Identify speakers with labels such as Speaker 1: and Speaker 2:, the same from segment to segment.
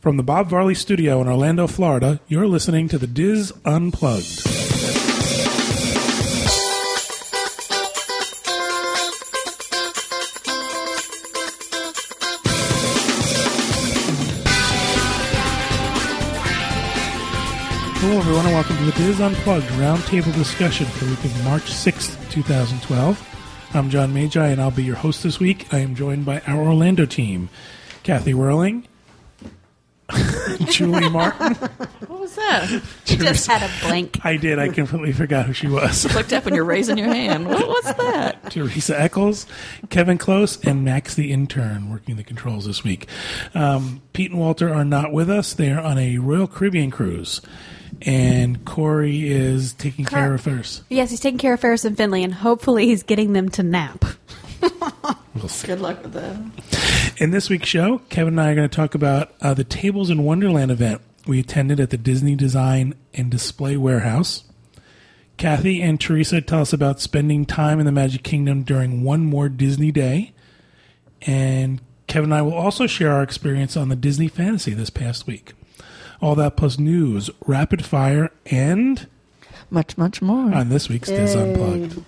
Speaker 1: From the Bob Varley Studio in Orlando, Florida, you're listening to the Diz Unplugged. Hello, everyone, and welcome to the Diz Unplugged roundtable discussion for the week of March 6th, 2012. I'm John Magi, and I'll be your host this week. I am joined by our Orlando team Kathy Whirling, Julie Martin.
Speaker 2: What was that?
Speaker 3: You just had a blank.
Speaker 1: I did, I completely forgot who she was.
Speaker 2: Looked up and you're raising your hand. What was that?
Speaker 1: Teresa Eccles, Kevin Close, and Max the intern working the controls this week. Um, Pete and Walter are not with us; they are on a Royal Caribbean cruise, and Corey is taking
Speaker 3: Cor-
Speaker 1: care of affairs.
Speaker 3: Yes, he's taking care of Ferris and Finley, and hopefully he's getting them to nap.
Speaker 1: We'll see.
Speaker 2: Good luck with that.
Speaker 1: In this week's show, Kevin and I are going to talk about uh, the Tables in Wonderland event we attended at the Disney Design and Display Warehouse. Kathy and Teresa tell us about spending time in the Magic Kingdom during one more Disney day. And Kevin and I will also share our experience on the Disney Fantasy this past week. All that plus news, rapid fire, and
Speaker 2: Much, much more.
Speaker 1: on this week's Diz Unplugged.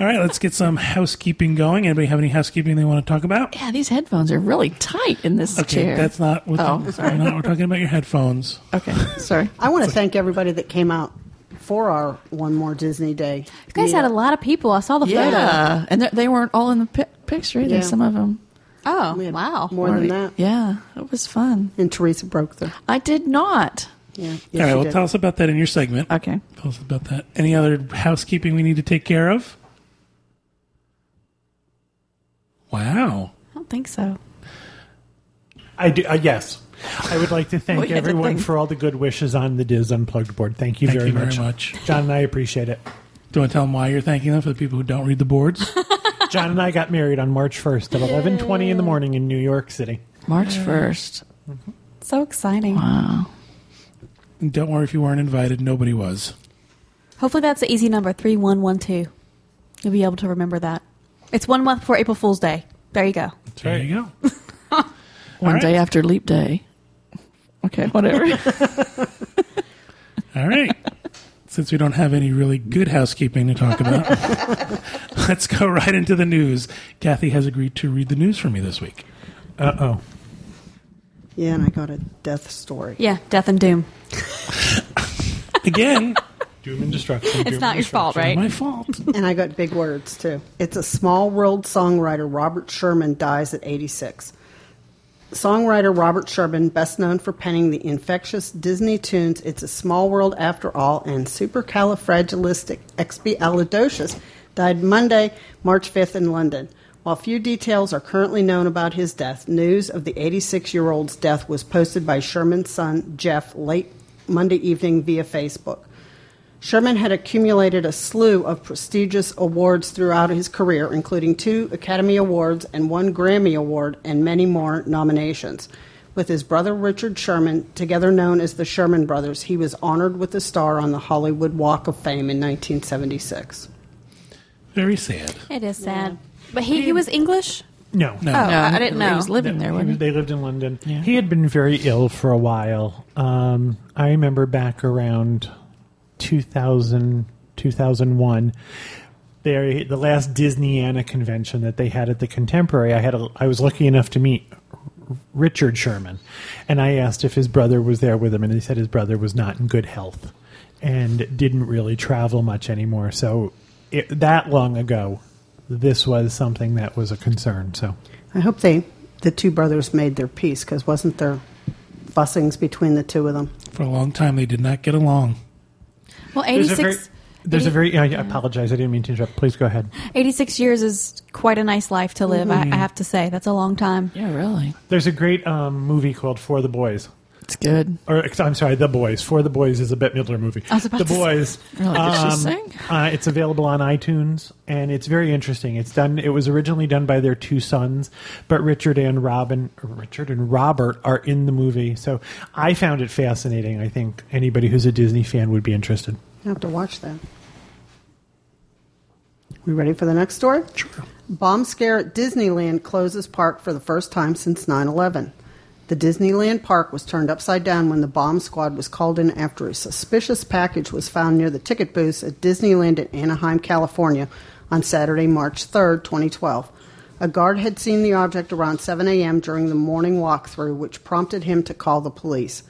Speaker 1: All right, let's get some housekeeping going. Anybody have any housekeeping they want to talk about?
Speaker 2: yeah, these headphones are really tight in this
Speaker 1: Okay,
Speaker 2: chair.
Speaker 1: that's not what
Speaker 2: Oh,
Speaker 1: the,
Speaker 2: sorry.
Speaker 1: no, we're talking about your headphones.
Speaker 2: okay, sorry.
Speaker 4: I want to thank everybody that came out for our One More Disney Day.
Speaker 3: You guys had a lot of people. I saw the
Speaker 2: Yeah, and they- they weren't all in the pi- picture either.
Speaker 4: Yeah.
Speaker 2: Some of them.
Speaker 3: photo. Oh,
Speaker 4: We had
Speaker 3: wow.
Speaker 4: More than that.
Speaker 2: Yeah, it was fun.
Speaker 4: And Teresa broke the.
Speaker 2: I did not.
Speaker 4: Yeah.
Speaker 1: All right,
Speaker 4: she
Speaker 1: well,
Speaker 4: did.
Speaker 1: tell us about that in your segment.
Speaker 2: Okay.
Speaker 1: Tell us about that. Any other housekeeping we need to take care of? Wow.
Speaker 3: I don't think so.
Speaker 5: I do. Uh, yes, I would like to
Speaker 2: We
Speaker 5: thank
Speaker 2: had to
Speaker 5: everyone
Speaker 2: thank-
Speaker 5: for all the good wishes on the Diz Unplugged board. Thank you,
Speaker 1: Thank
Speaker 5: very,
Speaker 1: you very
Speaker 5: much.
Speaker 1: much.
Speaker 5: John and I appreciate it.
Speaker 1: Do you want to tell them why you're thanking them for the people who don't read the boards?
Speaker 5: John and I got married on March first at eleven twenty in the morning in New York City.
Speaker 2: March
Speaker 1: Uh,
Speaker 2: 1st.
Speaker 3: So exciting.
Speaker 2: Wow.
Speaker 1: And don't worry if you weren't invited. Nobody was.
Speaker 3: Hopefully that's the easy number, 3112. You'll be able to remember that. It's one month before April Fool's Day. There you go.
Speaker 1: There you go.
Speaker 2: One
Speaker 1: right.
Speaker 2: day after Leap Day. Okay, whatever.
Speaker 1: All right. Since we don't have any really good housekeeping to talk about, let's go right into the news. Kathy has agreed to read the news for me this week.
Speaker 5: Uh oh.
Speaker 4: Yeah, and I got a death story.
Speaker 3: Yeah, death and doom.
Speaker 1: Again,
Speaker 5: Doom and destruction. doom
Speaker 3: It's
Speaker 5: and
Speaker 3: not your
Speaker 5: destruction.
Speaker 3: fault, right?
Speaker 1: my fault.
Speaker 4: And I got big words, too. It's a small world songwriter, Robert Sherman, dies at 86. Songwriter Robert Sherman, best known for penning the infectious Disney tunes It's a Small World After All and Supercalifragilisticexpialidocious, died Monday, March 5th in London. While few details are currently known about his death, news of the 86 year old's death was posted by Sherman's son, Jeff, late Monday evening via Facebook. Sherman had accumulated a slew of prestigious awards throughout his career, including two Academy Awards and one Grammy Award, and many more nominations. With his brother Richard Sherman, together known as the Sherman Brothers, he was honored with a star on the Hollywood Walk of Fame in 1976.
Speaker 1: Very sad.
Speaker 3: It is sad. But he, he was English?
Speaker 5: No.
Speaker 1: No.
Speaker 3: Oh, I didn't
Speaker 2: He
Speaker 3: know.
Speaker 2: was living there,
Speaker 5: He was-
Speaker 2: wasn't he?
Speaker 5: They lived in London.
Speaker 2: Yeah.
Speaker 5: He had been very ill for a while. Um, I remember back around 2000, 2001, there, the last Disneyana convention that they had at the Contemporary, I, had a, I was lucky enough to meet R- Richard Sherman. And I asked if his brother was there with him, and he said his brother was not in good health and didn't really travel much anymore. So it, that long ago, this was something that was a concern. So.
Speaker 4: I hope they, the two brothers, made their peace because wasn't there fussings between the two of them?
Speaker 1: For a long time, they did not get along.
Speaker 3: Well,
Speaker 5: There's
Speaker 3: 86,
Speaker 5: a very, there's a very I I apologize. I didn't mean to interrupt. Please go ahead.
Speaker 3: 86 years is quite a nice life to live, I, I have to say. That's a long time.
Speaker 2: Yeah, really.
Speaker 5: There's a great um, movie called For the Boys.
Speaker 2: It's good.
Speaker 5: Or ex- I'm sorry, The Boys. For the Boys is a Bette Midler movie.
Speaker 3: I was about
Speaker 5: the
Speaker 3: to say-
Speaker 5: Boys.
Speaker 2: Really, did she sing?
Speaker 5: uh, it's available on iTunes, and it's very interesting. It's done. It was originally done by their two sons, but Richard and Robin, or Richard and Robert, are in the movie. So I found it fascinating. I think anybody who's a Disney fan would be interested.
Speaker 4: I have to watch that. We ready for the next story? Sure. Bomb scare at Disneyland closes park for the first time since 9 11. The Disneyland park was turned upside down when the bomb squad was called in after a suspicious package was found near the ticket booths at Disneyland in Anaheim, California on Saturday, March 3, 2012. A guard had seen the object around 7 a.m. during the morning walkthrough, which prompted him to call the police.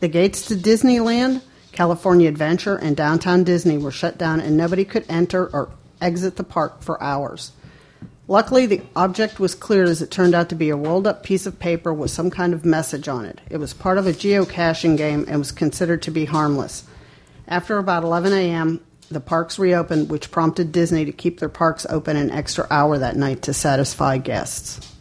Speaker 4: The gates to Disneyland, California Adventure, and Downtown Disney were shut down, and nobody could enter or exit the park for hours. Luckily, the object was cleared as it turned out to be a rolled up piece of paper with some kind of message on it. It was part of a geocaching game and was considered to be harmless. After about 11 a.m., the parks reopened, which prompted Disney to keep their parks open an extra hour that night to satisfy guests.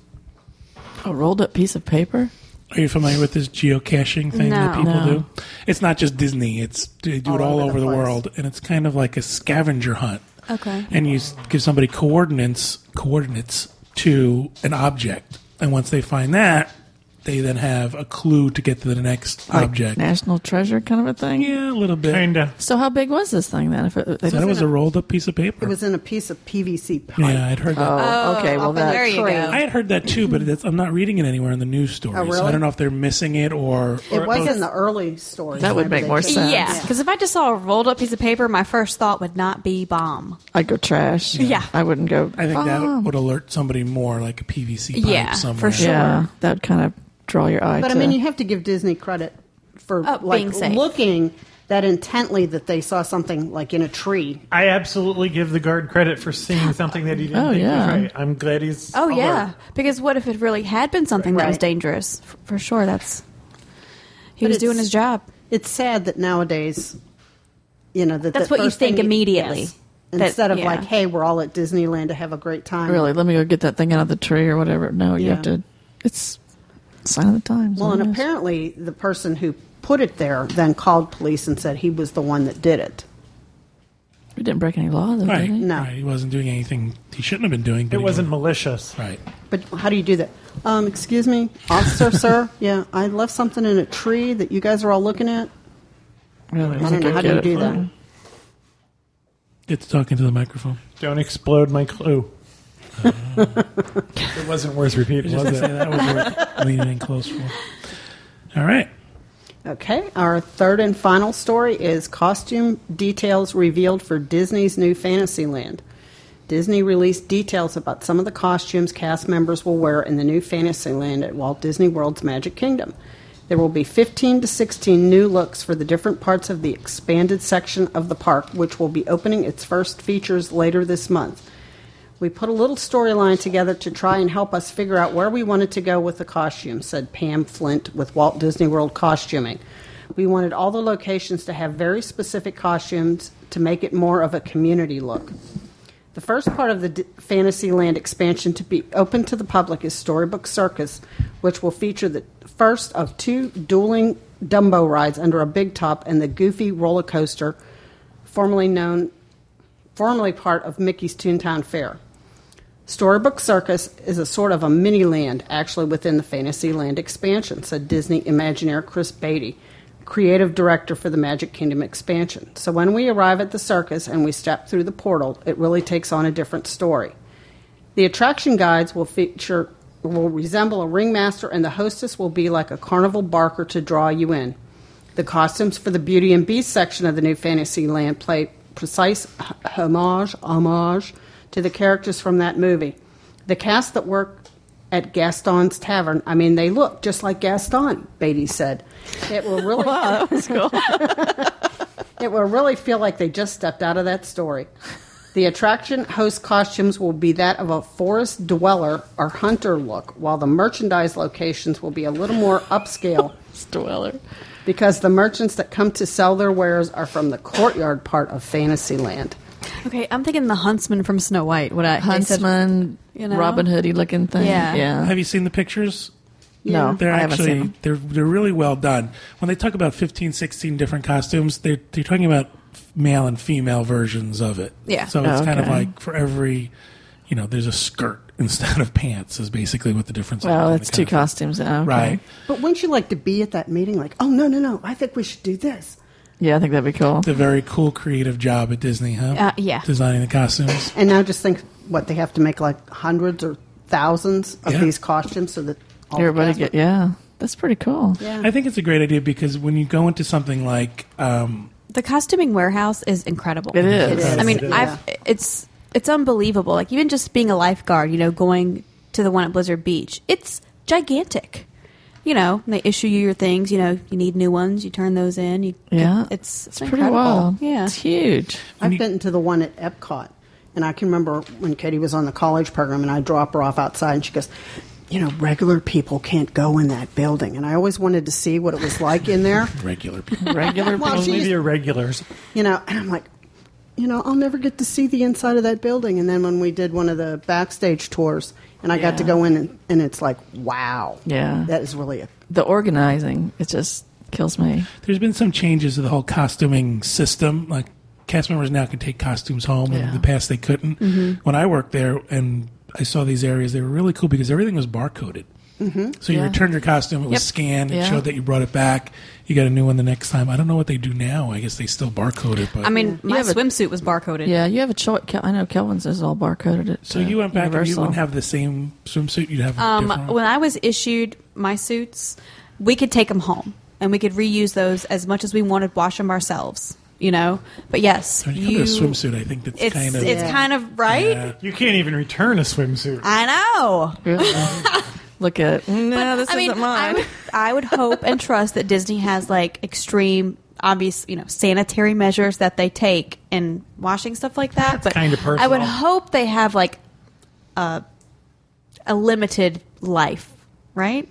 Speaker 2: A rolled up piece of paper?
Speaker 1: Are you familiar with this geocaching thing that
Speaker 3: No.
Speaker 1: people
Speaker 2: No.
Speaker 1: do? It's not just Disney. It's they do it all
Speaker 4: All over
Speaker 1: over
Speaker 4: the
Speaker 1: the,
Speaker 4: place.
Speaker 1: world, and it's kind of like a scavenger hunt.
Speaker 3: Okay.
Speaker 1: And you s- give somebody coordinates coordinates to an object, and once they find that, they then have a clue to get to the next
Speaker 2: Like
Speaker 1: object.
Speaker 2: National treasure kind of a thing?
Speaker 1: Yeah, a little bit.
Speaker 5: Kinda.
Speaker 2: So how big was this thing then? If it, it
Speaker 1: That was a rolled up piece of paper.
Speaker 4: It was in a piece of PVC pipe.
Speaker 1: yeah, I'd heard that.
Speaker 2: Oh, okay. Well,
Speaker 3: up in
Speaker 2: that,
Speaker 3: there you go.
Speaker 1: I had heard that too, but it's, I'm not reading it anywhere in the news stories.
Speaker 4: Oh,
Speaker 1: so
Speaker 4: really?
Speaker 1: I don't know if they're missing it or.
Speaker 4: It was in the early stories.
Speaker 2: That would
Speaker 4: whenever
Speaker 2: make
Speaker 4: they
Speaker 2: more
Speaker 4: came-
Speaker 2: sense.
Speaker 3: Yeah, because if I just saw a rolled up piece of paper, my first thought would not be bomb.
Speaker 2: I'd go trash.
Speaker 3: Yeah.
Speaker 2: I wouldn't go.
Speaker 1: I think that
Speaker 4: Oh,
Speaker 2: "Bomb."
Speaker 1: would alert somebody more, like a PVC pipe
Speaker 3: Yeah, for
Speaker 1: somewhere.
Speaker 3: sure.
Speaker 2: Um, Yeah, that would kind of draw your eye.
Speaker 4: But I
Speaker 2: to-
Speaker 4: mean, you have to give Disney credit for
Speaker 3: Oh,
Speaker 4: like
Speaker 3: being safe.
Speaker 4: looking that intently that they saw something like in a tree.
Speaker 5: I absolutely give the guard credit for seeing something that he didn't
Speaker 2: Oh,
Speaker 5: think
Speaker 2: yeah.
Speaker 5: was right. I'm glad he's.
Speaker 3: Oh
Speaker 5: alert.
Speaker 3: yeah, because what if it really had been something that was
Speaker 4: Right.
Speaker 3: dangerous? F- For sure, that's he
Speaker 4: But
Speaker 3: was doing
Speaker 4: it's-
Speaker 3: his job.
Speaker 4: It's sad that nowadays, you know, that
Speaker 3: That's
Speaker 4: the
Speaker 3: what you
Speaker 4: first thing
Speaker 3: think immediately. That-
Speaker 4: Instead of
Speaker 3: yeah.
Speaker 4: like, hey, we're all at Disneyland to have a great time.
Speaker 2: really, let me go get that thing out of the tree or whatever. No, you
Speaker 4: Yeah.
Speaker 2: have to. It's sign of the times.
Speaker 4: Well,
Speaker 2: I
Speaker 4: and
Speaker 2: guess.
Speaker 4: apparently the person who put it there then called police and said he was the one that did it.
Speaker 2: we didn't break any law, though,
Speaker 1: Right.
Speaker 2: did we?
Speaker 4: No.
Speaker 1: Right. He wasn't doing anything he shouldn't have been doing. but
Speaker 5: It
Speaker 1: he
Speaker 5: wasn't
Speaker 1: was.
Speaker 5: malicious.
Speaker 1: Right.
Speaker 4: But how do you do that? Um, excuse me, officer, sir. Yeah, I left something in a tree that you guys are all looking at.
Speaker 2: Really,
Speaker 4: I don't
Speaker 2: think
Speaker 4: know
Speaker 2: I'd
Speaker 4: how do
Speaker 2: get
Speaker 4: you
Speaker 2: it
Speaker 4: do
Speaker 2: for
Speaker 4: that.
Speaker 2: him.
Speaker 1: It's talking to the microphone.
Speaker 5: Don't explode my clue. it wasn't worth repeating,
Speaker 1: Just
Speaker 5: was
Speaker 1: to say
Speaker 5: it?
Speaker 1: that was worth leaning close for. All right.
Speaker 4: Okay, our third and final story is costume details revealed for Disney's new Fantasyland. Disney released details about some of the costumes cast members will wear in the new Fantasyland at Walt Disney World's Magic Kingdom. There will be 15 to 16 new looks for the different parts of the expanded section of the park, which will be opening its first features later this month. We put a little storyline together to try and help us figure out where we wanted to go with the costume, said Pam Flint with Walt Disney World Costuming. We wanted all the locations to have very specific costumes to make it more of a community look. The first part of the D- Fantasyland expansion to be open to the public is Storybook Circus, which will feature the first of two dueling Dumbo rides under a big top and the Goofy roller coaster, formerly known, formerly part of Mickey's Toontown Fair. Storybook Circus is a sort of a mini land, actually within the Fantasyland expansion, said Disney Imagineer Chris Beatty, creative director for the Magic Kingdom expansion. So when we arrive at the circus and we step through the portal, it really takes on a different story. The attraction guides will feature will resemble a ringmaster and the hostess will be like a carnival barker to draw you in. The costumes for the Beauty and Beast section of the new Fantasyland play precise h- homage homage to the characters from that movie. The cast that work at Gaston's Tavern, I mean, they look just like Gaston, Beatty said. It will really
Speaker 2: Wow, that was cool.
Speaker 4: it will really feel like they just stepped out of that story. The attraction host costumes will be that of a forest dweller or hunter look, while the merchandise locations will be a little more upscale
Speaker 2: It's Dweller.
Speaker 4: because the merchants that come to sell their wares are from the courtyard part of Fantasyland.
Speaker 3: Okay, I'm thinking the huntsman from Snow White. What I they said-
Speaker 2: Huntsman,
Speaker 3: you know?
Speaker 2: Robin Hoodie looking thing.
Speaker 3: Yeah.
Speaker 1: Have you seen the pictures?
Speaker 2: No,
Speaker 1: They're
Speaker 2: I haven't seen
Speaker 1: actually
Speaker 2: them.
Speaker 1: they're they're really well done. When they talk about 15, 16 different costumes, they're they're talking about male and female versions of it.
Speaker 3: Yeah.
Speaker 1: So it's
Speaker 2: Oh,
Speaker 1: kind of
Speaker 2: okay.
Speaker 1: like for every, you know, there's a skirt instead of pants is basically what the difference. is
Speaker 2: Well,
Speaker 1: in
Speaker 2: Oh, that's
Speaker 1: the
Speaker 2: two
Speaker 1: costume.
Speaker 2: costumes. now. okay.
Speaker 1: Right.
Speaker 4: But wouldn't you like to be at that meeting? Like, oh, no, no, no, I think we should do this.
Speaker 2: Yeah, I think that'd be cool.
Speaker 1: The very cool creative job at Disney, huh?
Speaker 3: Uh, yeah.
Speaker 1: Designing the costumes.
Speaker 4: And now just think what they have to make like hundreds or thousands of
Speaker 1: Yeah.
Speaker 4: these costumes so that all the
Speaker 2: Everybody
Speaker 4: cast
Speaker 2: get yeah. That's pretty cool.
Speaker 4: Yeah.
Speaker 1: I think it's a great idea because when you go into something like um,
Speaker 3: The costuming warehouse is incredible.
Speaker 2: It is. It is.
Speaker 3: I mean,
Speaker 5: It is.
Speaker 3: I've it's it's unbelievable. Like even just being a lifeguard, you know, going to the one at Blizzard Beach, it's gigantic. You know, and they issue you your things. You know, you need new ones. You turn those in. You,
Speaker 2: Yeah,
Speaker 3: it's it's,
Speaker 2: pretty
Speaker 3: incredible.
Speaker 2: wild.
Speaker 3: Yeah,
Speaker 2: it's huge.
Speaker 1: And
Speaker 4: I've
Speaker 1: you-
Speaker 4: been to the one at Epcot, and I can remember when Katie was on the college program, and I drop her off outside, and she goes, "You know, regular people can't go in that building." And I always wanted to see what it was like in there.
Speaker 1: regular people.
Speaker 5: Regular
Speaker 4: Well,
Speaker 5: only
Speaker 4: she's-
Speaker 5: the irregulars.
Speaker 4: you know and i'm like you know i'll never get to see the inside of that building and then when we did one of the backstage tours and i got to
Speaker 2: Yeah.
Speaker 4: go in and, and it's like wow
Speaker 2: Yeah.
Speaker 4: that is really a
Speaker 2: The organizing, it just kills me.
Speaker 1: There's been some changes to the whole costuming system. Like cast members now can take costumes home. and In
Speaker 2: Yeah.
Speaker 1: the past, they couldn't. When I worked there and I saw these areas, they were really cool because everything was barcoded. Mm-hmm. So you
Speaker 2: Yeah.
Speaker 1: returned your costume, it was
Speaker 2: Yep.
Speaker 1: scanned, it
Speaker 2: Yeah.
Speaker 1: showed that you brought it back. You got a new one the next time. I don't know what they do now. I guess they still barcode it. But
Speaker 3: I mean, my
Speaker 2: Yeah, but-
Speaker 3: swimsuit was barcoded.
Speaker 2: Yeah, you have a choice. Kel- I know Kelvin's is all barcoded. At,
Speaker 1: so
Speaker 2: uh,
Speaker 1: you went back and you
Speaker 2: Universal.
Speaker 1: wouldn't have the same swimsuit. You'd have a different
Speaker 3: Um,
Speaker 1: one.
Speaker 3: when I was issued my suits, we could take them home and we could reuse those as much as we wanted. Wash them ourselves, you know. But yes,
Speaker 1: When you come
Speaker 3: you,
Speaker 1: to a swimsuit, I think that's
Speaker 3: it's
Speaker 1: kind of
Speaker 3: it's
Speaker 4: Yeah.
Speaker 3: kind of right.
Speaker 1: Yeah.
Speaker 5: You can't even return a swimsuit.
Speaker 3: I know.
Speaker 2: Really? Look at no, this
Speaker 3: I mean,
Speaker 2: isn't mine.
Speaker 3: I would, I would hope and trust that Disney has like extreme, obvious, you know, sanitary measures that they take in washing stuff like that. but
Speaker 5: kinda
Speaker 3: I would
Speaker 5: personal.
Speaker 3: hope they have like a a limited life, right?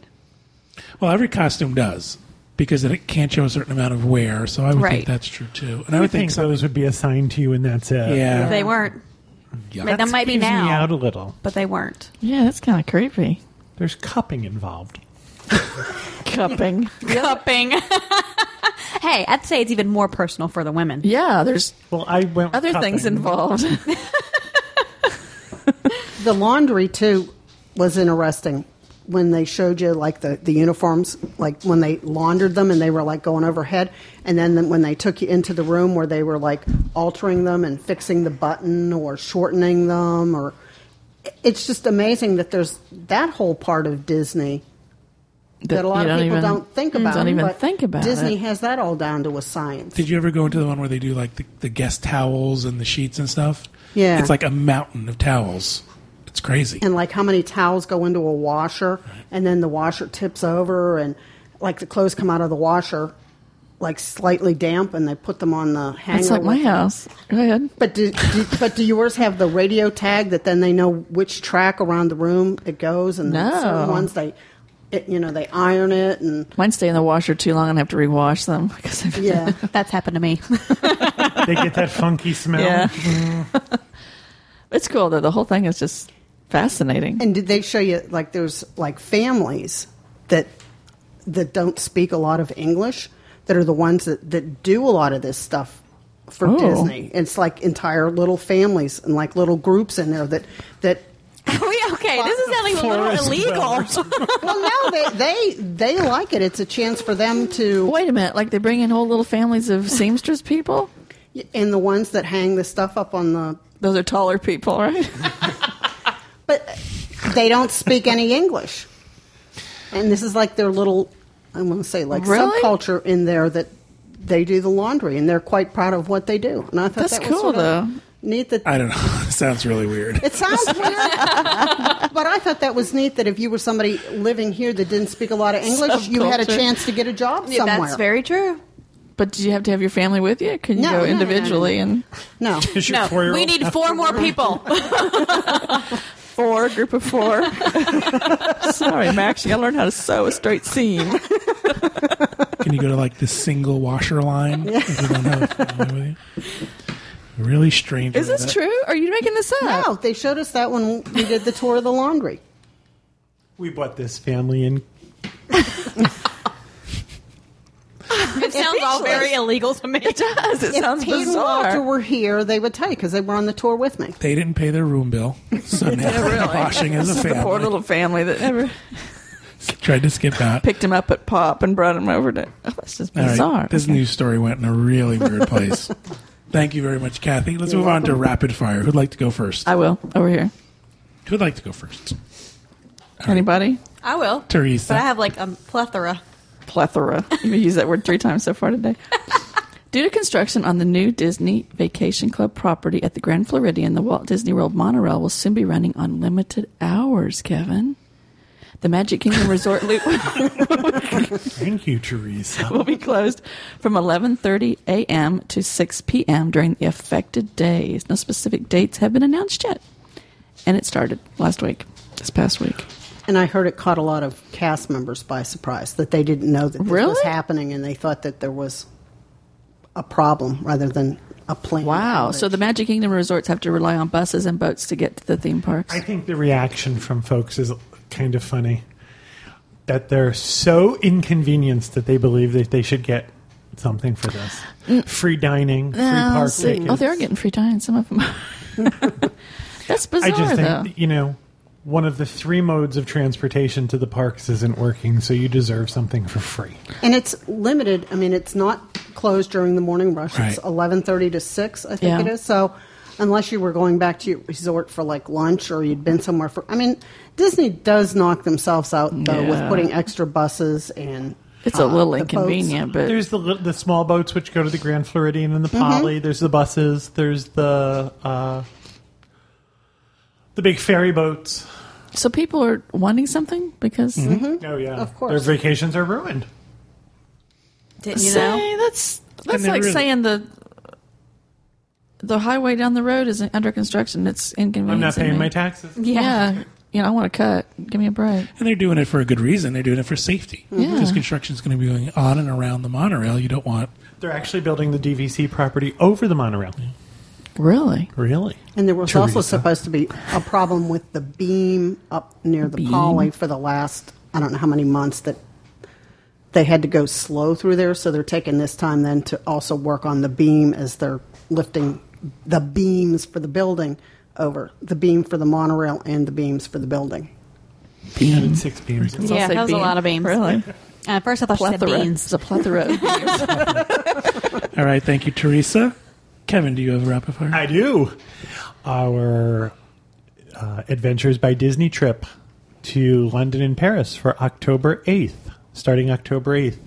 Speaker 1: Well, every costume does because it can't show a certain amount of wear. So I would think
Speaker 3: Right.
Speaker 1: that's true too. And I would think, so.
Speaker 5: those would be assigned to you, and that's it.
Speaker 1: Yeah.
Speaker 3: They weren't,
Speaker 1: Yeah.
Speaker 3: Like, that might be
Speaker 5: Skeeves
Speaker 3: now.
Speaker 5: me out a little.
Speaker 3: but they weren't.
Speaker 2: yeah, that's kind of creepy.
Speaker 5: There's cupping involved.
Speaker 2: Cupping.
Speaker 3: Cupping. hey, I'd say it's even more personal for the women.
Speaker 2: yeah, there's
Speaker 5: Well, I went. with
Speaker 2: other
Speaker 5: cupping.
Speaker 2: things involved.
Speaker 4: the laundry too was interesting when they showed you like the, the uniforms like when they laundered them and they were like going overhead and then the- when they took you into the room where they were like altering them and fixing the button or shortening them or it's just amazing that there's that whole part of disney that, a lot
Speaker 2: you
Speaker 4: of people
Speaker 2: even- Mm,
Speaker 4: don't think about
Speaker 2: Don't even
Speaker 4: but
Speaker 2: think about
Speaker 4: disney
Speaker 2: it.
Speaker 4: has that all down to a science
Speaker 1: Did you ever go into the one where they do like the, the guest towels and the sheets and stuff?
Speaker 4: Yeah.
Speaker 1: It's like a mountain of towels. It's crazy.
Speaker 4: and like how many towels go into a washer and then the washer tips over and like the clothes come out of the washer like slightly damp and they put them on the hanger
Speaker 2: It's like my uh,
Speaker 4: with-
Speaker 2: house. Go ahead.
Speaker 4: but do, do but do yours have the radio tag that then they know which track around the room it goes and then
Speaker 2: No.
Speaker 4: certain ones they it, you know they iron it and
Speaker 2: Mine stay in the washer too long and have to rewash them because I've
Speaker 4: yeah
Speaker 3: That's happened to me.
Speaker 5: They get that funky smell.
Speaker 2: Yeah. it's cool though. The whole thing is just fascinating.
Speaker 4: and did they show you like there's like families that that don't speak a lot of english that are the ones that, that do a lot of this stuff for
Speaker 2: Oh.
Speaker 4: disney it's like entire little families and like little groups in there that that
Speaker 3: Are we okay? This is sounding a
Speaker 5: Forest
Speaker 3: little illegal.
Speaker 5: dwellers.
Speaker 4: well no they, they they like it it's a chance for them to
Speaker 2: Wait a minute, like they bring in whole little families of seamstress people?
Speaker 4: and the ones that hang the stuff up on the
Speaker 2: Those are taller people, right?
Speaker 4: but they don't speak any english and this is like their little i'm going to say like
Speaker 2: Really?
Speaker 4: subculture in there that they do the laundry and they're quite proud of what they do and i thought
Speaker 2: That's
Speaker 4: that was
Speaker 2: cool,
Speaker 4: sort of
Speaker 2: though.
Speaker 4: neat that
Speaker 1: I don't know. it sounds really weird.
Speaker 4: it sounds weird but i thought that was neat that if you were somebody living here that didn't speak a lot of english you had a
Speaker 2: Subculture.
Speaker 4: chance to get a job
Speaker 3: Yeah,
Speaker 4: somewhere
Speaker 3: that's very true.
Speaker 2: But do you have to have your family with you? Can you
Speaker 4: No, no,
Speaker 2: go
Speaker 4: no, no, no.
Speaker 2: individually
Speaker 4: no
Speaker 5: Is your
Speaker 3: No,
Speaker 5: four-year-old-
Speaker 3: we need four more people.
Speaker 2: and four, group of four? Sorry, Max, you gotta learn how to sew a straight seam.
Speaker 1: Can you go to like the single washer line if you don't have a family with you? Really strange.
Speaker 2: Is
Speaker 1: way
Speaker 2: this
Speaker 1: that-
Speaker 2: true? Are you making this up?
Speaker 4: no they showed us that when we did the tour of the laundry
Speaker 5: We bought this family in.
Speaker 3: It sounds all very illegal to me.
Speaker 2: It does. It
Speaker 4: if
Speaker 2: sounds
Speaker 4: Pete and Walter
Speaker 2: bizarre.
Speaker 4: were here, they would tell you because they were on the tour with me.
Speaker 1: They didn't pay their room bill, so now they're washing as a
Speaker 2: The
Speaker 1: family.
Speaker 2: poor little family that never
Speaker 1: Tried to skip out.
Speaker 2: picked him up at Pop and brought him over to. Oh, that's just
Speaker 1: All right,
Speaker 2: bizarre.
Speaker 1: This news story went in a really weird place. Thank you very much, Kathy. Let's move
Speaker 2: Uh,
Speaker 1: on to rapid fire. Who'd like to go first?
Speaker 2: I will over here.
Speaker 1: Who'd like to go first?
Speaker 2: Anybody?
Speaker 3: I will.
Speaker 1: Teresa.
Speaker 3: But I have like a plethora.
Speaker 2: plethora. You used that word three times so far today. Due to construction on the new Disney Vacation Club property at the Grand Floridian, the Walt Disney World monorail will soon be running on limited hours, Kevin. The Magic Kingdom Resort Loop
Speaker 5: Thank you, Teresa.
Speaker 2: will be closed from 11:30 a.m. to 6 p.m. during the affected days. No specific dates have been announced yet. And it started last week, this past week.
Speaker 4: And I heard it caught a lot of cast members by surprise that they didn't know that this was
Speaker 2: Really?
Speaker 4: happening and they thought that there was a problem rather than a plan.
Speaker 2: Wow. So the Magic Kingdom resorts have to rely on buses and boats to get to the theme parks.
Speaker 5: I think the reaction from folks is kind of funny. That they're so inconvenienced that they believe that they should get something for this. Free dining, free
Speaker 2: Oh,
Speaker 5: park
Speaker 2: Mm. see.
Speaker 5: tickets.
Speaker 2: Oh, they are getting free dining. Some of them are. That's bizarre,
Speaker 5: I just think,
Speaker 2: though.
Speaker 5: you know, one of the three modes of transportation to the parks isn't working, so you deserve something for free.
Speaker 4: And it's limited. I mean, it's not closed during the morning rush.
Speaker 1: Right.
Speaker 4: It's 11:30 to 6, I think
Speaker 2: Yeah.
Speaker 4: it is. So unless you were going back to your resort for like lunch or you'd been somewhere for I mean, Disney does knock themselves out though with
Speaker 2: Yeah.
Speaker 4: putting extra buses and
Speaker 2: it's a
Speaker 4: uh,
Speaker 2: little
Speaker 4: the boats.
Speaker 2: inconvenient, but
Speaker 5: There's the li- the small boats which go to the Grand Floridian and the
Speaker 2: Mm-hmm.
Speaker 5: Poly. There's the buses. There's the uh, the big ferry boats.
Speaker 2: so people are wanting something because
Speaker 5: Oh yeah,
Speaker 4: Of course.
Speaker 5: Their vacations are ruined.
Speaker 3: Didn't you
Speaker 2: say
Speaker 3: know?
Speaker 2: that's that's
Speaker 1: they
Speaker 2: like
Speaker 1: really-
Speaker 2: saying the the highway down the road is under construction. It's inconvenient.
Speaker 5: I'm not paying my taxes.
Speaker 2: Yeah. you know, I want to cut. Give me a break.
Speaker 1: And they're doing it for a good reason. They're doing it for safety.
Speaker 2: Yeah.
Speaker 1: Because construction's going to be going on and around the monorail. You don't want.
Speaker 5: They're actually building the DVC property over the monorail.
Speaker 2: Really?
Speaker 5: Really?
Speaker 4: And there was also
Speaker 5: Teresa.
Speaker 4: supposed to be a problem with the beam up near the poly for the last, I don't know how many months that they had to go slow through there. So they're taking this time then to also work on the beam as they're lifting the beams for the building over the beam for the monorail and the beams for the building.
Speaker 5: Added six beams.
Speaker 2: It's
Speaker 3: Yeah,
Speaker 2: also
Speaker 3: that was a
Speaker 2: bean.
Speaker 3: lot of beams.
Speaker 2: Really?
Speaker 3: And at Uh, first I thought she
Speaker 2: Plethora.
Speaker 3: said
Speaker 2: It's
Speaker 3: beans.
Speaker 2: a plethora. Of beans.
Speaker 1: All right. Thank you, Teresa. Kevin, do you have a rapid fire?
Speaker 5: I do. Our uh, Adventures by Disney trip to London and Paris for October 8th, starting October 8th,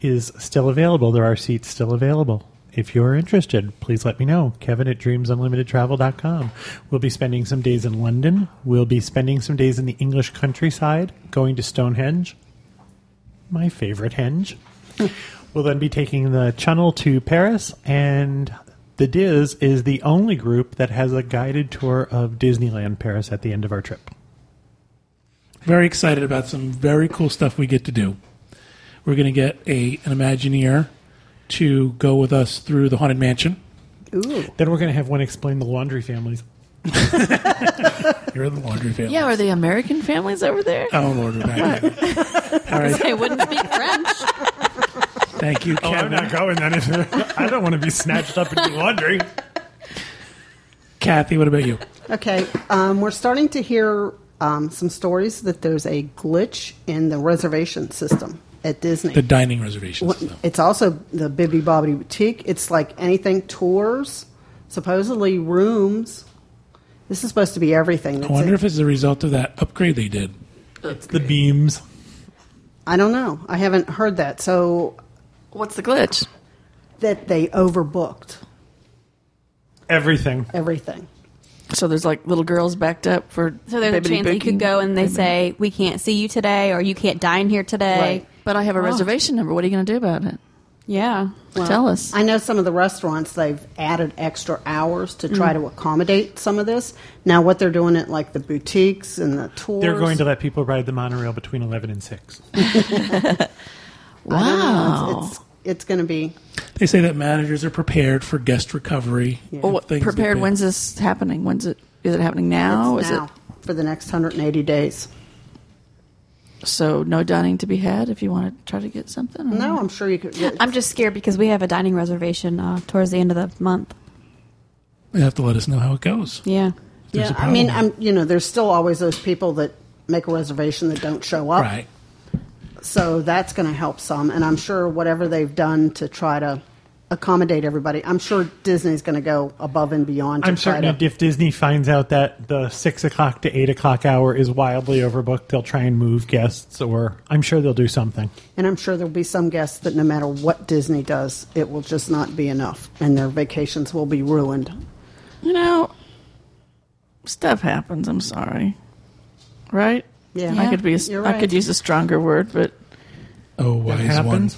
Speaker 5: is still available. There are seats still available. If you're interested, please let me know. Kevin at dreamsunlimitedtravel.com. We'll be spending some days in London. We'll be spending some days in the English countryside, going to Stonehenge, my favorite hinge. we'll then be taking the channel to Paris, and the Diz is the only group that has a guided tour of Disneyland Paris at the end of our trip.
Speaker 1: Very excited about some very cool stuff we get to do. We're going to get a an Imagineer to go with us through the Haunted Mansion.
Speaker 4: Ooh.
Speaker 5: Then we're going to have one explain the laundry families.
Speaker 1: You're in the laundry family.
Speaker 2: yeah, are the American families over there?
Speaker 1: Oh, Lord, we're back. All right.
Speaker 3: They wouldn't speak French.
Speaker 1: Thank you, Kevin.
Speaker 5: Oh, going then. I don't want to be snatched up and do laundry.
Speaker 1: Kathy, what about you?
Speaker 4: Okay, um, we're starting to hear um, some stories that there's a glitch in the reservation system at Disney.
Speaker 1: The dining reservations.
Speaker 4: Well, It's also the Bibby Bobbity Boutique. It's like anything tours, supposedly rooms. This is supposed to be everything.
Speaker 1: I
Speaker 4: That's
Speaker 1: wonder
Speaker 4: it.
Speaker 1: if it's the result of that upgrade they did.
Speaker 5: It's the beams.
Speaker 4: I don't know. I haven't heard that. So
Speaker 2: What's the glitch?
Speaker 4: that they overbooked
Speaker 5: Everything.
Speaker 4: everything.
Speaker 2: So there's like little girls backed up for.
Speaker 3: So there's a
Speaker 2: bibbidi
Speaker 3: chance that you
Speaker 2: booking.
Speaker 3: could go and they say, we can't see you today or you can't dine here today.
Speaker 4: Right.
Speaker 2: But I have a reservation number. What are you going to do about it?
Speaker 3: Yeah.
Speaker 2: Tell us.
Speaker 4: I know some of the restaurants they've added extra hours to try to accommodate some of this. Now what they're doing at like the boutiques and the tours.
Speaker 5: They're going to let people ride the monorail between 11 and 6.
Speaker 4: I don't know.
Speaker 2: wow.
Speaker 4: Oh. It's, it's, it's going to be
Speaker 1: They say that managers are prepared for guest recovery.
Speaker 2: Well,
Speaker 1: and
Speaker 2: what-
Speaker 1: things like
Speaker 2: Oh, prepared.
Speaker 1: that.
Speaker 2: When's this happening? When's it? Is it happening now?
Speaker 4: it's
Speaker 2: Oh, is
Speaker 4: now for the next 180 days.
Speaker 2: it so? No dining to be had if you want to try to get something. or-
Speaker 4: No, I'm sure you could.
Speaker 3: I'm just scared because we have a dining reservation uh, towards the end of the month.
Speaker 1: They have to let us know how it goes.
Speaker 3: Yeah.
Speaker 1: There's
Speaker 4: Yeah,
Speaker 1: a
Speaker 4: I mean,
Speaker 1: problem.
Speaker 4: I'm you know, there's still always those people that make a reservation that don't show up.
Speaker 1: right.
Speaker 4: So that's going to help some, and I'm sure whatever they've done to try to accommodate everybody. I'm sure Disney's going to go above and beyond. To
Speaker 5: I'm
Speaker 4: try
Speaker 5: certain
Speaker 4: to-
Speaker 5: that if Disney finds out that the six o'clock to eight o'clock hour is wildly overbooked, they'll try and move guests, or I'm sure they'll do something.
Speaker 4: And I'm sure there'll be some guests that no matter what Disney does, it will just not be enough, and their vacations will be ruined.
Speaker 2: You know, stuff happens. I'm sorry. Right?
Speaker 4: Yeah.
Speaker 2: I could be. A,
Speaker 4: You're
Speaker 2: I
Speaker 4: right.
Speaker 2: could use a stronger word, but
Speaker 1: Oh, wise one.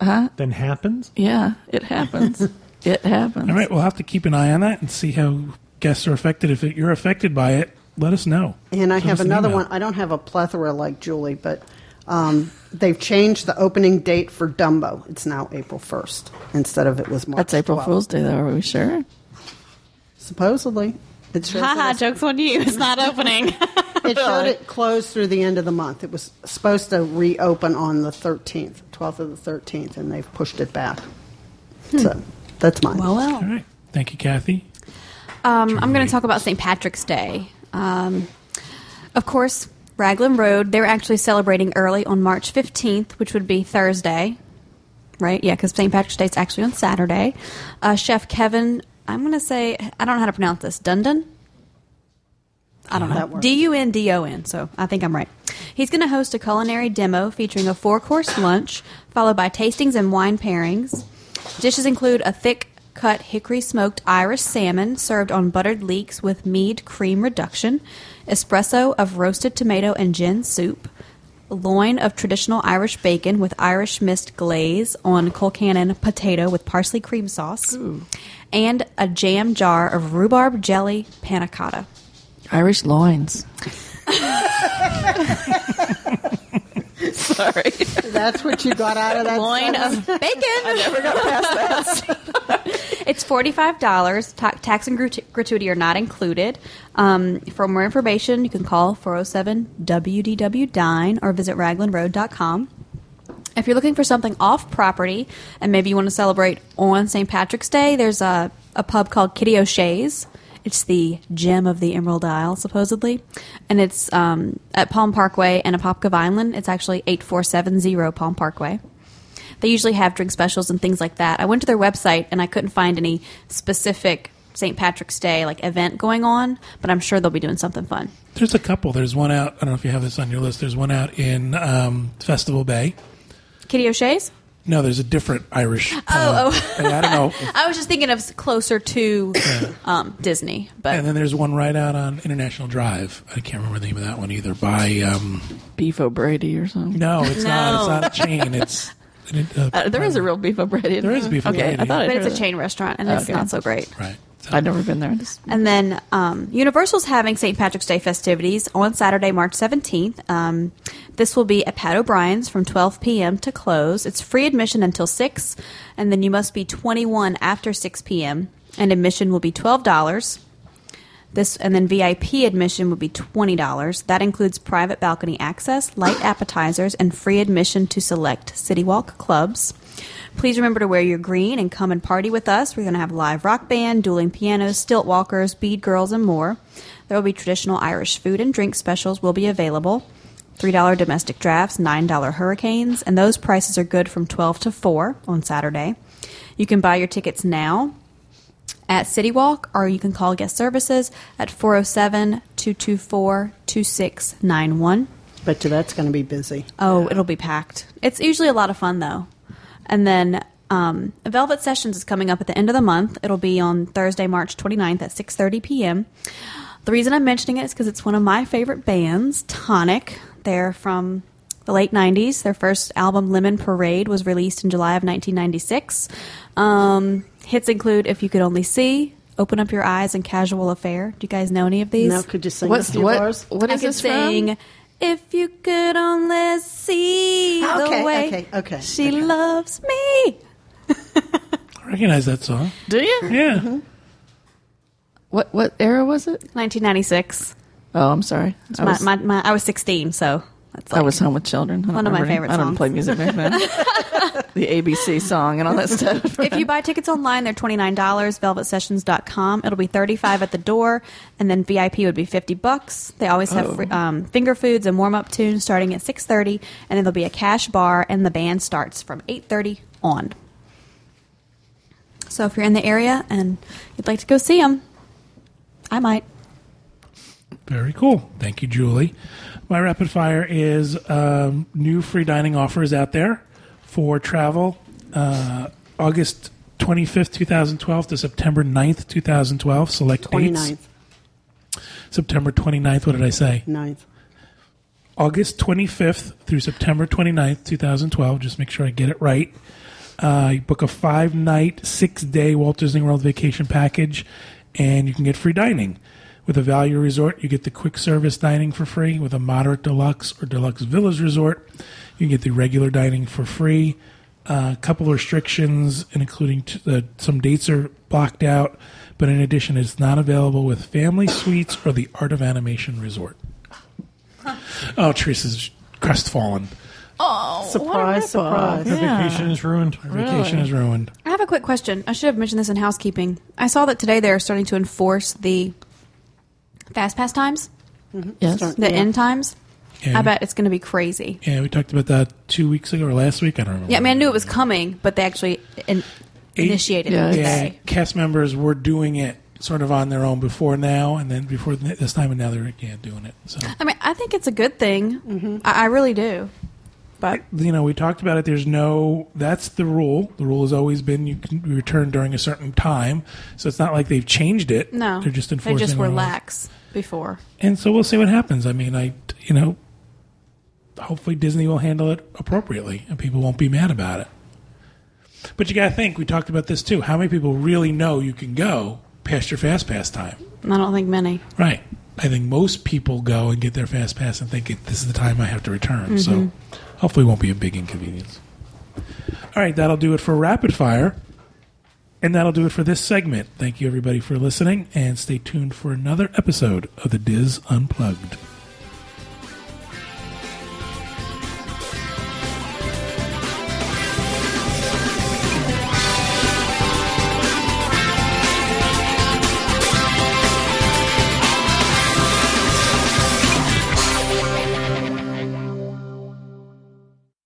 Speaker 5: happens. Then happens.
Speaker 2: yeah, it happens. it happens.
Speaker 1: All right, we'll have to keep an eye on that and see how guests are affected. If you're affected by it, let us know.
Speaker 4: And I
Speaker 1: Send
Speaker 4: have
Speaker 1: us an
Speaker 4: another
Speaker 1: email.
Speaker 4: one. I don't have a plethora like Julie, but um, they've changed the opening date for Dumbo. It's now April 1st instead of it was March.
Speaker 2: That's April
Speaker 4: 12th.
Speaker 2: Fool's Day, though. Are we sure?
Speaker 4: Supposedly, it showed,
Speaker 3: Haha,
Speaker 4: that
Speaker 3: joke's on you. It's not opening.
Speaker 4: it, showed it closed through the end of the month. It was supposed to reopen on the 13th, 12th of the 13th, and they've pushed it back.
Speaker 2: Hmm.
Speaker 4: So that's mine.
Speaker 3: well,
Speaker 2: uh,
Speaker 1: All
Speaker 3: well.
Speaker 1: right. Thank you, Kathy.
Speaker 3: Um, I'm going to talk about St. Patrick's Day. Um, of course, Raglan Road, they were actually celebrating early on March 15th, which would be Thursday, right? Yeah, because St. Patrick's Day is actually on Saturday. Uh, Chef Kevin, I'm going to say, I don't know how to pronounce this, Dundon? I don't
Speaker 4: That
Speaker 3: know.
Speaker 4: works.
Speaker 3: D U N D O N, so I think I'm right. He's going to host a culinary demo featuring a four course lunch, followed by tastings and wine pairings. Dishes include a thick cut hickory smoked Irish salmon served on buttered leeks with mead cream reduction, espresso of roasted tomato and gin soup, loin of traditional Irish bacon with Irish mist glaze on Colcannon potato with parsley cream sauce, and a jam jar of rhubarb jelly panna cotta.
Speaker 2: Irish loins. Sorry.
Speaker 4: That's what you got out of that
Speaker 3: loin
Speaker 4: sentence?
Speaker 3: of bacon. I never got past that. it's forty-five dollars. Ta- tax and gratu- gratuity are not included. Um, for more information, you can call 407 WDW Dine or visit raglandroad.com. If you're looking for something off property and maybe you want to celebrate on St. Patrick's Day, there's a, a pub called Kitty O'Shea's. It's the gem of the Emerald Isle, supposedly. And it's um, at Palm Parkway and Apopka Island. It's actually 8470 Palm Parkway. They usually have drink specials and things like that. I went to their website and I couldn't find any specific St. Patrick's Day like event going on, but I'm sure they'll be doing something fun.
Speaker 1: There's a couple. There's one out. I don't know if you have this on your list. There's one out in um, Festival Bay.
Speaker 3: Kitty O'Shea's?
Speaker 1: No, there's a different Irish. Oh, I don't know. if-
Speaker 3: I was just thinking of closer to um, Disney, but
Speaker 1: And then there's one right out on International Drive. I can't remember the name of that one either. By um,
Speaker 2: Beef O'Brady or something.
Speaker 1: no, it's not. It's
Speaker 3: No.
Speaker 1: not a chain. It's it, uh,
Speaker 2: Uh, there is a real Beef O'Brady.
Speaker 1: There is a Beef
Speaker 2: Okay,
Speaker 1: O'Brady.
Speaker 2: I thought I'd
Speaker 3: but it's
Speaker 2: heard
Speaker 3: a
Speaker 2: of
Speaker 3: chain restaurant and it's
Speaker 2: Okay.
Speaker 3: not so great.
Speaker 1: right. So-
Speaker 2: that. I'd never been there. I just-
Speaker 3: And then um, Universal's having St. Patrick's Day festivities on Saturday, March 17th. Um, this will be at Pat O'Brien's from 12 p.m. to close. It's free admission until 6, and then you must be 21 after 6 p.m., and admission will be $12. This and then VIP admission would be twenty dollars. That includes private balcony access, light appetizers, and free admission to select City Walk clubs. Please remember to wear your green and come and party with us. We're going to have live rock band, dueling pianos, stilt walkers, bead girls, and more. There will be traditional Irish food and drink specials will be available. $3 domestic drafts, $9 hurricanes, and those prices are good from 12 to 4 on Saturday. You can buy your tickets now at City Walk, or you can call guest services at 407 224 2691.
Speaker 4: Bet you that's going to be busy.
Speaker 3: Oh, it'll be packed. It's usually a lot of fun, though. And then um, Velvet Sessions is coming up at the end of the month. It'll be on Thursday, March 29th at 6.30 p.m. The reason I'm mentioning it is because it's one of my favorite bands, Tonic. They're from the late 90s. Their first album, Lemon Parade, was released in July of 1996. Um, hits include If You Could Only See, Open Up Your Eyes, and Casual Affair. Do you guys know any of these?
Speaker 4: Now, could you sing a
Speaker 2: What's
Speaker 4: few
Speaker 2: what?
Speaker 4: bars?
Speaker 2: What
Speaker 3: I
Speaker 2: is
Speaker 3: could
Speaker 2: this
Speaker 3: sing.
Speaker 2: from?
Speaker 3: If you could only see
Speaker 4: Okay,
Speaker 3: the way
Speaker 4: okay, okay,
Speaker 3: she
Speaker 4: okay.
Speaker 3: loves me.
Speaker 1: I recognize that song.
Speaker 2: Do you?
Speaker 1: Yeah.
Speaker 2: What what era was it?
Speaker 3: 1996.
Speaker 2: Oh, I'm sorry. I
Speaker 3: my,
Speaker 2: was,
Speaker 3: my, my, I was 16, so that's like,
Speaker 2: I was home with children. I don't
Speaker 3: One of my
Speaker 2: remember any-
Speaker 3: favorite
Speaker 2: I don't
Speaker 3: songs.
Speaker 2: play music back then. the ABC song and all that stuff.
Speaker 3: if you buy tickets online, they're $29, velvetsessions.com. It'll be 35 at the door, and then VIP would be 50 bucks. They always have
Speaker 2: Oh.
Speaker 3: free, um, finger foods and warm-up tunes starting at 6.30, and then there'll be a cash bar, and the band starts from 8.30 on. So if you're in the area and you'd like to go see him, I might.
Speaker 1: Very cool. Thank you, Julie. My rapid fire is um, new free dining offers out there for travel uh, August 25th, 2012 to September 9th, 2012. Select
Speaker 4: 29th.
Speaker 1: dates. September 29th. What did I say?
Speaker 4: 9th.
Speaker 1: August 25th through September 29th, 2012. Just make sure I get it right. Uh, you book a five night, six day Walt Disney World vacation package, and you can get free dining. With a value resort, you get the quick service dining for free. With a moderate deluxe or deluxe villas resort, you can get the regular dining for free. A couple restrictions, and including t- uh, some dates are blocked out, but in addition, it's not available with family suites or the Art of Animation Resort. Oh, Teresa's crestfallen.
Speaker 4: Surprise, surprise.
Speaker 5: Her
Speaker 2: Yeah.
Speaker 5: vacation is ruined.
Speaker 1: Vacation is ruined.
Speaker 3: I have a quick question. I should have mentioned this in housekeeping. I saw that today they're starting to enforce the fast pass times,
Speaker 2: Yes.
Speaker 4: Start-
Speaker 3: the
Speaker 4: Yeah.
Speaker 3: end times.
Speaker 1: Yeah.
Speaker 3: I bet it's going to be crazy.
Speaker 1: Yeah, we talked about that two weeks ago or last week. I don't remember.
Speaker 3: Yeah, I mean, I knew it was coming, but they actually in-
Speaker 1: Eight-
Speaker 3: initiated
Speaker 2: Yeah,
Speaker 3: it
Speaker 1: Yeah,
Speaker 3: today.
Speaker 1: cast members were doing it sort of on their own before now, and then before th- this time, and now they're yeah, doing it. So
Speaker 3: I mean, I think it's a good thing.
Speaker 1: Mm-hmm.
Speaker 3: I, I really do. But
Speaker 1: you know, we talked about it. There's no that's the rule. The rule has always been you can return during a certain time. So it's not like they've changed it.
Speaker 3: no,
Speaker 1: they're just
Speaker 3: they
Speaker 1: enforcing.
Speaker 3: just were
Speaker 1: it on us.
Speaker 3: lax before.
Speaker 1: And so we'll see what happens. I mean, I you know, hopefully Disney will handle it appropriately and people won't be mad about it. But you got to think. We talked about this too. How many people really know you can go past your fast pass time?
Speaker 3: And I don't think many.
Speaker 1: Right. I think most people go and get their fast pass and think this is the time I have to return. So hopefully it won't be a big inconvenience. All right, that'll do it for rapid fire. And that'll do it for this segment. Thank you everybody for listening and stay tuned for another episode of the Diz Unplugged.